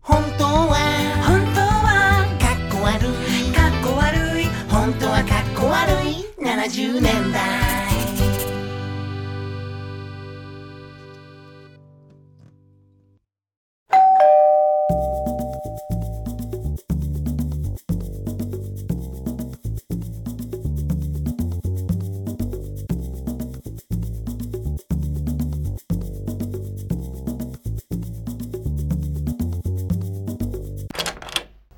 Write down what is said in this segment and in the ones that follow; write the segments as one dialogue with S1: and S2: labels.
S1: 本当は
S2: 本当は
S1: かっこ悪い
S2: かっこ悪い
S1: 本当はかっこ悪い70年代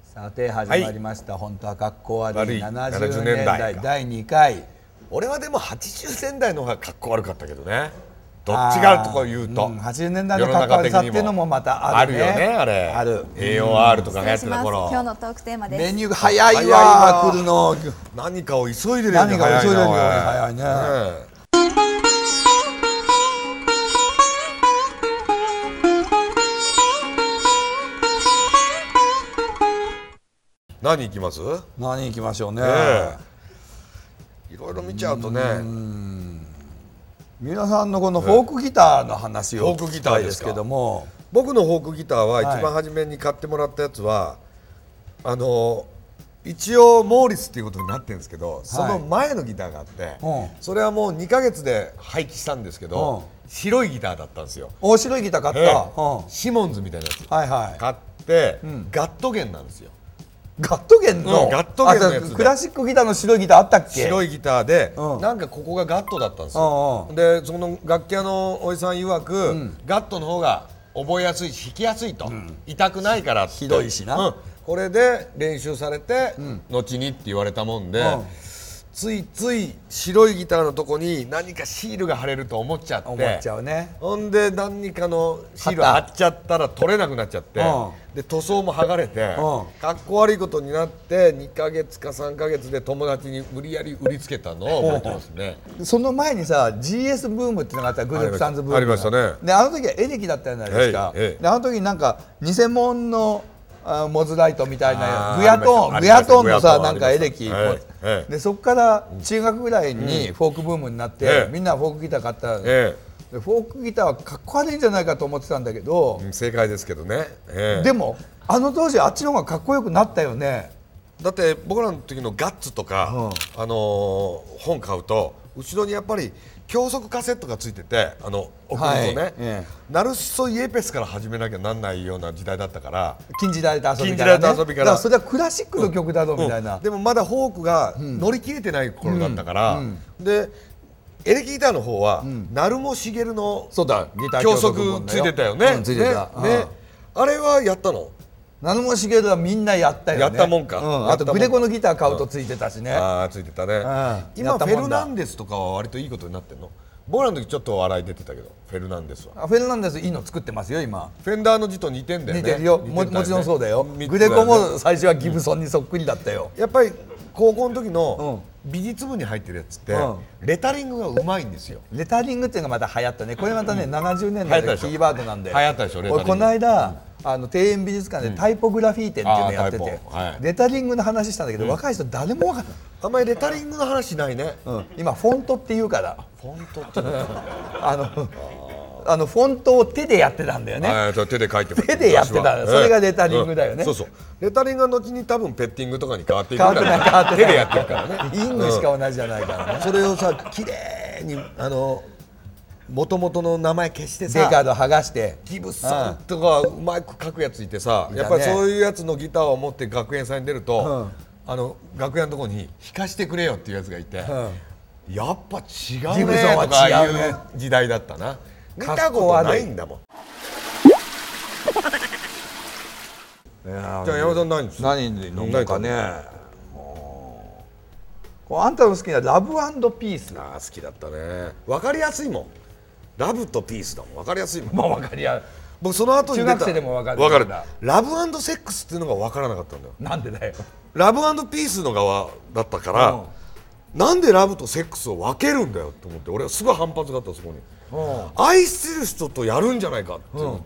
S3: さて始まりました、本当は格好悪い
S4: 悪い
S3: 70
S4: 70
S3: 年
S4: 年
S3: 代
S4: 代か
S3: 第2回
S4: 俺はでも80年代の方がかっこ悪かったけどねどっちがとか言うと、
S3: ん80年代の格好悪さっていうのもまたあるね
S4: 世の中的にもあるよねあ
S3: あ
S4: れ
S3: る
S4: AOR とか流行っ
S5: 失
S4: て
S5: 礼しま
S4: た
S5: す
S4: 頃
S5: 今日のトークテーマです
S3: メニューが早い
S4: 早いわ
S3: わ来るの
S4: 何かを急いでるよ
S3: 何かを急いでるよね
S4: 早いな
S3: 早
S4: おいねえ何行きます
S3: 何行きましょうね、
S4: ええいろいろ見ちゃうとね
S3: 皆さんのこのフォークギターの話を
S4: フ
S3: 聞
S4: ォーク
S3: き
S4: ギタ
S3: たい
S4: ー
S3: で
S4: ですす
S3: け
S4: か
S3: ども
S4: 僕のフォークギターは一
S3: はい
S4: 番初めに買ってもらったやつは、あの一応モーリスっていうことになってるんですけど、その前のギターがあって、
S3: うん
S4: それはもう2ヶ月で廃棄したんですけど、
S3: う
S4: 白いギターだったんですよ、
S3: 面白いギター買った、
S4: ええ
S3: うん
S4: シモンズみたいなやつ、
S3: はいはい
S4: 買って、
S3: ん
S4: ガットゲンなんですよ
S3: ガットゲンの、
S4: うんガットゲンのやつ
S3: あ
S4: で
S3: クラシックギターの白いギターあったっけ
S4: 白
S3: い
S4: いギターで、
S3: うん
S4: なんかここがガットだったんです
S3: うん
S4: よ、
S3: うん
S4: でその楽器屋のおじさん曰く、ガットの方が覚えやすいし弾きやすいと、痛くないからって
S3: ひどいしな
S4: うんこれで練習されて、後にって言われたもんで、
S3: うん
S4: ついつい白いギターのとこに何かシールが貼れると思っちゃって
S3: 思っちゃうね
S4: ほんで何かのシール
S3: 貼
S4: 貼
S3: った
S4: っちゃったら取れなくなっちゃって、
S3: う
S4: で塗装も剥がれて、
S3: う
S4: かっこ悪いことになって2ヶ月か3ヶ月で友達に無理やり売りつけたのを覚えてますね、
S3: その前にさ GS ブームっていうのがあったグループサンズブーム
S4: ありましたね
S3: であの時はエレキだったじゃないですか、
S4: ええええ
S3: であの時になんか偽物のあモズライトみたいな
S4: あー
S3: グヤトーン
S4: あ
S3: グ
S4: りま
S3: ヤ
S4: した
S3: トーンのさ
S4: グヤトーン
S3: なんかエレキ、
S4: ありましたええええ
S3: でそこから中学ぐらいにフォークブームになって、
S4: ええ
S3: みんなフォークギター買った、
S4: え
S3: でフォークギターはかっこ悪いんじゃないかと思ってたんだけど
S4: え、うん正解ですけどね、ええ
S3: でもあの当時あっちの方がかっこよくなったよね
S4: だって僕らの時のガッツとか、あのー本買うと後ろにやっぱり教則カセットがついててあの送るとね、
S3: はいえ
S4: ナルシソイエペスから始めなきゃなんないような時代だったから
S3: 禁じられた遊び
S4: 禁
S3: か
S4: じ
S3: ら,、
S4: ら
S3: ね、
S4: れた遊びか
S3: だ
S4: ら
S3: からそれはクラシックの曲だぞみたいな、
S4: うんでもまだフォークが乗り切れてない頃だったから、でエレキギターの方は、鳴も茂の
S3: そうだギター
S4: 教則ついてたよね、
S3: うんついてた
S4: ねねあれはやったの
S3: ナノモシゲルはみんなやったよね
S4: やったもんか
S3: う
S4: や
S3: あ
S4: った
S3: と
S4: もん
S3: グレコのギター買うとついてたしね、
S4: ああついてたね、
S3: や
S4: 今
S3: ったもん
S4: フ
S3: だ
S4: ェルナンデスとかは割といいことになってんの僕らの時ちょっと笑い出てたけどフェルナンデスは
S3: あフェルナンデスいいの作ってますよ今
S4: フェンダーの字と似てんだよね
S3: 似てるよ
S4: 似
S3: も
S4: た
S3: もちろんそうだよ
S4: 三つ
S3: グレコ
S4: だよ
S3: も
S4: ね
S3: 最初はギブソンにそっくりだったよ、
S4: やっぱり高校の時の美術部に入ってるやつって、
S3: うん
S4: レタリングがうまいんですよ
S3: レタリングっていうのがまた流行ったねこれまたね、70年代
S4: 流行
S3: の
S4: ったで
S3: キ
S4: しょ
S3: ーワードなんで
S4: 流行ったでしょレタリング
S3: 俺この間、あの庭園美術館でタイポグラフィー展っていうのやって
S4: あータ
S3: て
S4: イ、ポはい
S3: レタリングの話したんだけど、若い人誰もわかんない、
S4: あんまりレタリングの話ないね、
S3: うん今フォントって言うから
S4: フォントって
S3: あのあのフォントを手でやってたんだよね、
S4: あ手で書いてます
S3: 手でやってた
S4: 昔は
S3: のそれがレタリングだよね
S4: うんそうそうレタリングは後に多分ペッティングとかに変わっていく
S3: 変わってない変わってない
S4: 手でやってるから ね
S3: イングしか同じじゃないからね、
S4: それをさ綺麗にあの元々の名前消して
S3: デカー
S4: さ
S3: ド剥がして
S4: ギブソンとかうまく書くやついてさ、
S3: ね
S4: やっぱりそういうやつのギターを持って学園祭に出ると、あの楽屋のところに弾かしてくれよっていうやつがいて、やっぱ違
S3: ギ
S4: う
S3: ブソン
S4: ね
S3: は
S4: とか
S3: 違うね
S4: いう時代だったな見たことないんだもん
S3: いや
S4: じゃあ山田さん何です
S3: 何に飲むかねこうあんたの好きなラブピースな
S4: あー好きだったね分かりやすいもんラブとピースだもん分かりやすいもん
S3: もう分かりや
S4: 僕その後に出た
S3: 中学生でも分かる
S4: 分かるラブセックスっていうのが分からなかったんだよ
S3: なんでだよ
S4: ラブピースの側だったから、なんでラブとセックスを分けるんだよって思って俺はすごい反発があったそこに、愛してる人とやるんじゃないかって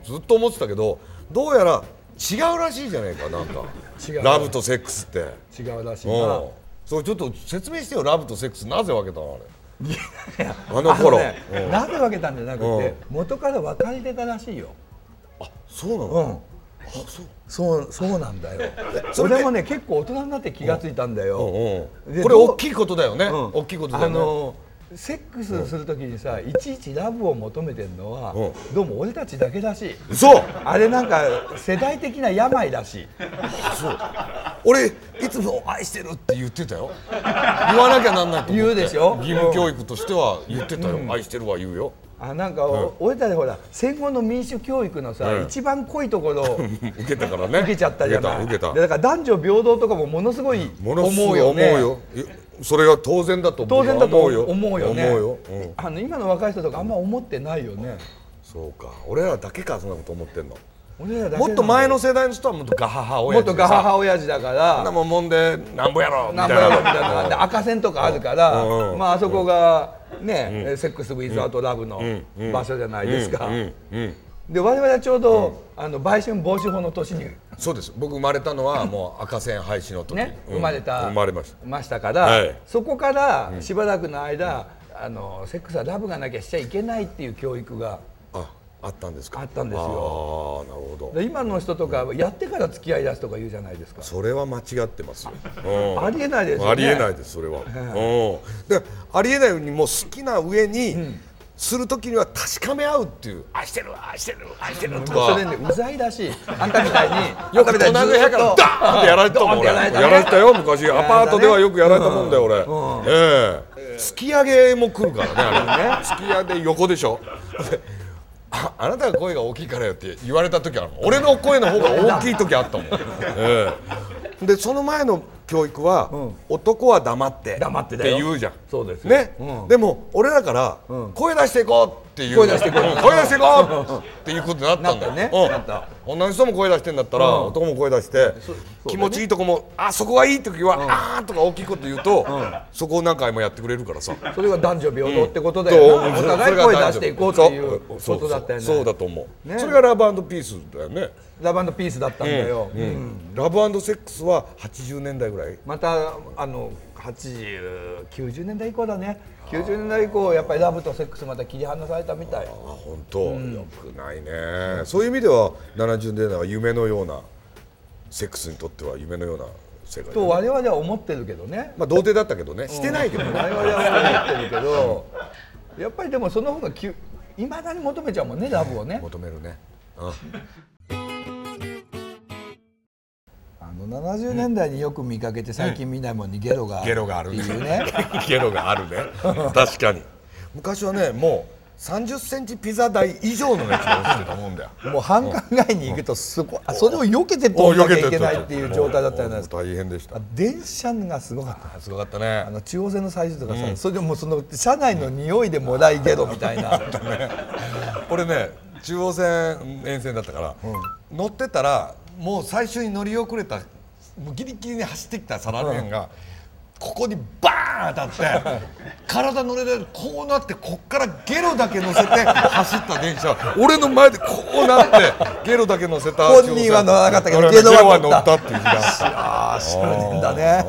S4: ずっと思ってたけどどうやら違うらしいじゃないかなんか
S3: 違う
S4: ラブとセックスって
S3: 違うらしいな
S4: うんそれちょっと説明してよラブとセックスなぜ分けたのあれ あの
S3: あの
S4: 頃
S3: ね
S4: うん
S3: なぜ分けたんじゃなく
S4: う
S3: て
S4: ん
S3: 元から別れてたらしいよ
S4: そうなの、
S3: うんそうそうなんだよ
S4: それ
S3: 俺もね結構大人になって気がついたんだよ、
S4: うんうん
S3: で
S4: これ
S3: どう
S4: 大きいことだよね、
S3: うん
S4: 大きいことだよね、
S3: あのセックスするときにさ、いちいちラブを求めてるのは、
S4: うん
S3: どうも俺たちだけらしい
S4: そう
S3: あれなんか世代的な病らしい
S4: 俺いつも愛してるって言ってたよ言わなきゃなんないと思って
S3: 言うでしょ
S4: 義務教育としては言ってたよ、愛してるは言うよ
S3: あなんか、お俺たちほら戦後の民主教育のさ、
S4: うん
S3: 一番濃いところ を
S4: 受けたからね
S3: 受けちゃったじゃない
S4: 受けた受け
S3: でだから男女平等とかもものすごい
S4: たものす
S3: 思
S4: ご
S3: う
S4: い
S3: よ
S4: 思う
S3: ね
S4: よいそれが当然だと思
S3: 当
S4: う
S3: 然だと思うよ
S4: 思うよ
S3: ね
S4: 思うようん
S3: あの今の若い人とかあんま思ってないよね、
S4: そうか俺らだけかそんなこと思ってんの
S3: 俺らだけなんだよ
S4: もっと前の世代の人はもっとガハハ
S3: も
S4: 親
S3: っとガハハ親父だか
S4: あんな
S3: ら
S4: もんもんでなんぼやろみ
S3: な
S4: た
S3: ん
S4: い
S3: ぼ
S4: な
S3: やろみたいなのがあって赤線とかあるから、
S4: うんうん
S3: まああそこがね、セックス・ウィズ・アウト・ラブの場所じゃないですか、
S4: うんうんうん
S3: で我々はちょうど、あの売春防止法の年に
S4: そうです僕生まれたのはもう赤線廃止の時
S3: ね、
S4: うん
S3: 生まれた
S4: 生まれました
S3: ましたから、
S4: はい
S3: そこからしばらくの間、あのセックスはラブがなきゃしちゃいけないっていう教育が
S4: ああったんですか
S3: あったんですよ
S4: よああなるほど
S3: で今の人とかはやってから付き合いだすとか言うじゃないですか
S4: それは間違ってますよ、う ん
S3: ありえないですよね
S4: ありえないですそれは、うんでありえないようにもう好きな上に、する時には確かめ合うっていう愛してる愛してる愛してると
S3: そ
S4: か
S3: れねうざいらしいあんたみたい に
S4: よく隣の部屋からダーンってやられてたもん俺やられたよ昔アパートではよくやられたもんだよ俺、ええ突き上げも来るからねあれ突き上げ横でしょ でああなたが声が大きいからよって言われた時あるの俺の声の方が大きい時あっ たもん、ええでその前の教育は、男は黙って
S3: 黙って
S4: っ
S3: だよ
S4: て言うじゃん
S3: そうですよ
S4: ね、でも俺らから声出していこうっていう、
S3: 声出していこう
S4: うん声出していこうっていうことになったんだ
S3: なっ
S4: よ
S3: たね
S4: うん
S3: なった
S4: 女の人も声出してんだったら、男も声出して、気持ちいいとこもあそこがいい時は、あーとか大きいこと言うと、そこを何回もやってくれるからさ。
S3: それが男女平等ってことだよな、
S4: うん
S3: お互い声出していこうっていうこ
S4: そう
S3: とだったよね
S4: そうそうそうだと思う、
S3: ね
S4: それがラブピースだよね、
S3: ラバンドピースだったんだよ、
S4: うんラブセックスは80年代ぐらい
S3: またあの80、90年代以降だね90年代以降やっぱりラブとセックスまた切り離されたみたい
S4: あ本当、よくないねそういう意味では70年代は夢のようなセックスにとっては夢のような世界だね
S3: と我々は思ってるけどね
S4: まあ童貞だったけどねしてないけどね、
S3: 我々は思ってるけどやっぱりでもその方がいまだに求めちゃうもんねラブをね
S4: 求めるね
S3: あの70年代によく見かけて最近見ないもんにゲロが
S4: ゲロがあ
S3: っ
S4: る
S3: て
S4: ね
S3: いうね
S4: ゲロがあるね確かに昔はねもう3 0ンチピザ台以上のやつが落ちてたもんだよ
S3: もう繁華街に行くとそこあそれを避けて通らなきゃいけないっていう状態だったじゃないですか
S4: もう大変でした
S3: あ電車がすごかった
S4: すごかったね
S3: あの中央線の最終とかさ、それでもうその車内の匂いでもらいゲロみたい な
S4: 俺ね中央線沿線だったから、乗ってたらもう最初に乗り遅れたもうギリギリに走ってきたサラリーマンが、ここにバーン当たって 体乗れないこうなってこっからゲロだけ乗せて 走った電車俺の前でこうなって ゲロだけ乗せた
S3: 本人は乗らなかったけど
S4: 俺ね
S3: ゲロは
S4: ゲロは乗ったっていう日があった
S3: ああ少年だね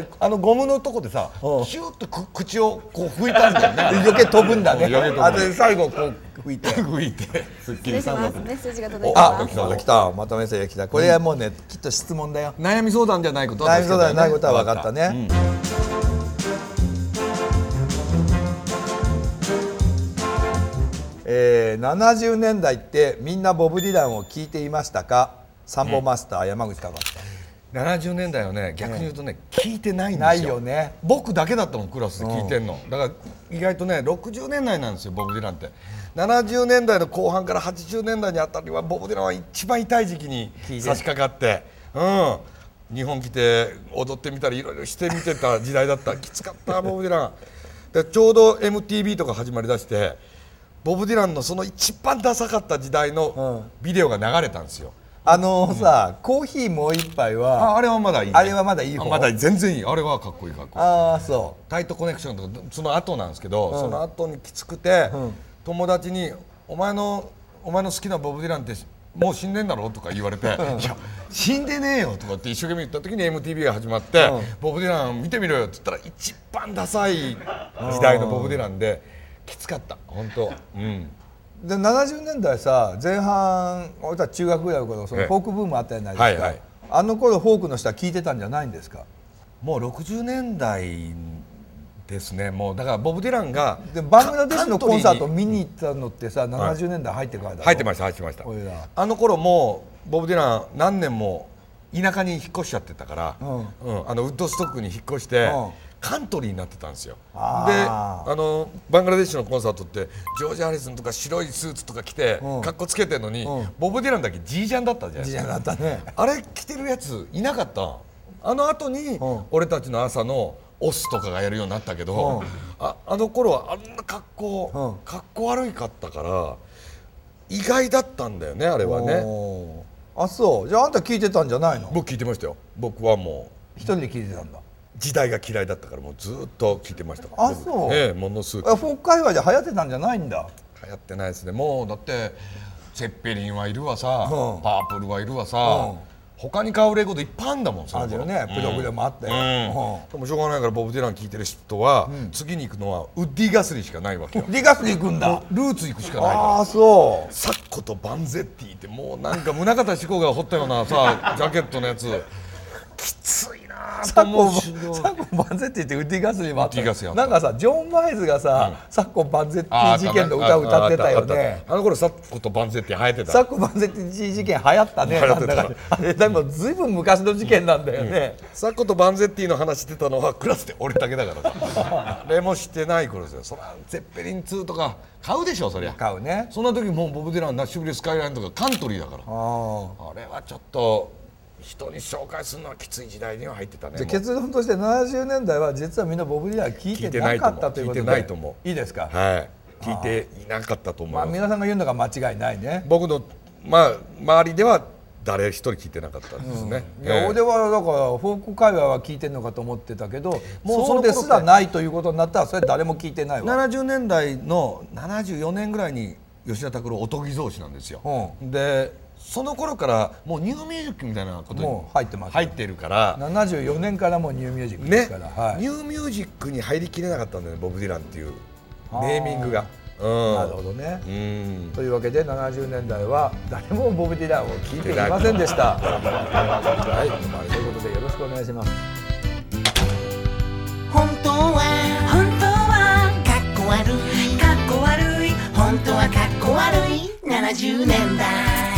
S4: であのゴムのとこでさシューッとく口をこう拭いたんだよね
S3: 余計飛ぶんだね
S4: 余計飛ぶ
S3: あとで最後こう拭いて
S4: 拭 いてすっき
S5: 失礼
S4: り
S5: します。メッセージが届いて
S3: あ
S5: ます。
S3: 来たまたメッセージが来たこれはもうねきっと質問だよ
S4: 悩み相談じゃないこと
S3: 内臓ではないことは分かったね。えー、70年代ってみんなボブ・ディランを聞いていましたかサンボマスター、山口隆
S4: 70年代はね逆に言うとね、聞いてないんですよ
S3: ないよね
S4: 僕だけだったもんクラスで聞いてんの、だから意外とね60年代なんですよボブ・ディランって70年代の後半から80年代にあたりはボブ・ディランは一番痛い時期に
S3: 聞いて
S4: 差し掛かってうん日本来て踊ってみたりいろいろしてみてた時代だった きつかったボブ・ディランでちょうど MTV とか始まりだしてボブ・ディランのその一番ダサかった時代のビデオが流れたんですよ、
S3: あのさ、コーヒーもう一杯は
S4: ああれはまだいいね、
S3: あれはまだいい方
S4: あまだ全然いいあれはかっこいいかっこいい
S3: ああそ
S4: タイトコネクションとかその後なんですけど、その後にきつくて、友達に「お前のお前の好きなボブ・ディランってもう死んでんだろ?」とか言われて「いや死んでねえよ」とかって一生懸命言った時に MTV が始まって「ボブ・ディラン見てみろよ」って言ったら一番ダサい時代のボブ・ディランできつかった本当うん
S3: うで70年代さ前半俺たち中学ぐらいの頃そ
S4: え
S3: の
S4: え
S3: フォークブームあったじゃないですか、
S4: はいはい
S3: あの頃フォークの人は聞いてたんじゃないんですか
S4: もう60年代ですねもうだからボブ・ディランが
S3: でバングラデシュのコンサート
S4: カント
S3: 見
S4: リに
S3: に行ったのってさ
S4: い
S3: 70年代入ってからだろ
S4: 入ってました入ってました
S3: 俺ら
S4: あの頃もうボブ・ディラン何年も田舎に引っ越しちゃってたから、
S3: うん
S4: うんあのウッドストックに引っ越して、
S3: うん
S4: カントリーになってたんですよで
S3: あ
S4: あ
S3: ー
S4: のバングラデシュのコンサートってジョージ・ハリスンとか白いスーツとか着て、
S3: うん
S4: かっこつけてるのに、
S3: うん
S4: ボブ・ディランだけジージャンだったじゃない
S3: 時
S4: で
S3: 代
S4: すか
S3: だったね
S4: あれ着てるやついなかったあの後に
S3: うん
S4: 俺たちの朝のオスとかがやるようになったけど、
S3: うん
S4: ああの頃はあんな格好、
S3: うん
S4: 格好悪いかったから意外だったんだよねあれはね
S3: おーあそうじゃああんた聞いてたんじゃないの
S4: 僕聞いてましたよ僕はも
S3: 一人で聞いてたんだ
S4: う時代が嫌いだったからもうずっと聞いてました
S3: あそう
S4: ええものす
S3: え
S4: ご
S3: フ
S4: く
S3: ォーク界隈で流行ってたんじゃないんだ
S4: 流行ってないですねもうだってセッペリンはいるわさ、
S3: うん
S4: パープルはいるわさ、
S3: うん
S4: 他に買うレコードいっぱいあんだもんそ
S3: あ
S4: の
S3: る
S4: 頃
S3: よねプログラムあって、
S4: うん、でもしょうがないからボブ・ディラン聞いてる人は、次に行くのはウッディ・ガスリーしかないわけよ
S3: うんリガスに行くんだ
S4: ルーツ行くしかない
S3: あ
S4: か
S3: あそ
S4: らサッコとバンゼッティってもうなんか宗像志功が彫ったような さジャケットのやつきついな
S3: う
S4: ぁと
S3: サッ
S4: 思
S3: コ
S4: うしんどい
S3: サッコバンゼッティってウッディガスにもあった
S4: ウッディガスリーあった
S3: なんかさジョン・バイズがさ、サッコバンゼッテ
S4: あーあ
S3: ィ
S4: ったね
S3: 事件の歌を歌ってたよ
S4: ああっ
S3: ね
S4: あの頃サッコとバンゼッティ流行ってた
S3: サッコバンゼッティ事件流行ったね
S4: 流行ってた
S3: なんだかあれでもずいぶん昔の事件なんだよね、
S4: サッコとバンゼッティの話してたのはクラスで俺だけだから さあれもしてない頃ですよそらゼッペリン2とか買うでしょそりゃ
S3: 買うね
S4: そんな時もうボブ・ディランナッシュビル・スカイラインとかカントリーだから
S3: ああ
S4: あれはちょっと人に紹介するのはきつい時代には入ってたね
S3: じゃあ
S4: もう
S3: 結論として70年代は実はみんなボブ・ディラン聞いてなかったということで
S4: 聞いてないと思う聞いて
S3: いで
S4: ないと思う
S3: すか、
S4: はい聞いていなかったと思い
S3: ま
S4: ま
S3: あ、
S4: す、
S3: 皆さんが言うのが間違いないね、
S4: 僕の、まあ、周りでは誰一人聞いてなかったですね、
S3: いや
S4: ええ
S3: 俺はだからフォーク界隈は聞いてるのかと思ってたけども
S4: も
S3: う
S4: う
S3: そ
S4: その頃
S3: うですらないということになったらそれ誰も聞いてないわ
S4: 70年代の74年ぐらいに吉田拓郎おとぎ造詞なんですよ、でその頃からもうニューミュージックみたいなことに
S3: もう入ってます
S4: 入ってるから
S3: 74年からもうニューミュージックで
S4: ね
S3: すから、はい
S4: ニューミュージックに入りきれなかったんだよねボブ・ディランっていうネーミングが、うん、
S3: なるほどね、
S4: うん
S3: というわけで70年代は誰もボブ・ディランを聞いていませんでした。はい、まあということでよろしくお願いします。
S1: 本当は
S2: 本当は
S1: かっこ悪い
S2: かっこ悪い
S1: 本当はかっこ悪い70年代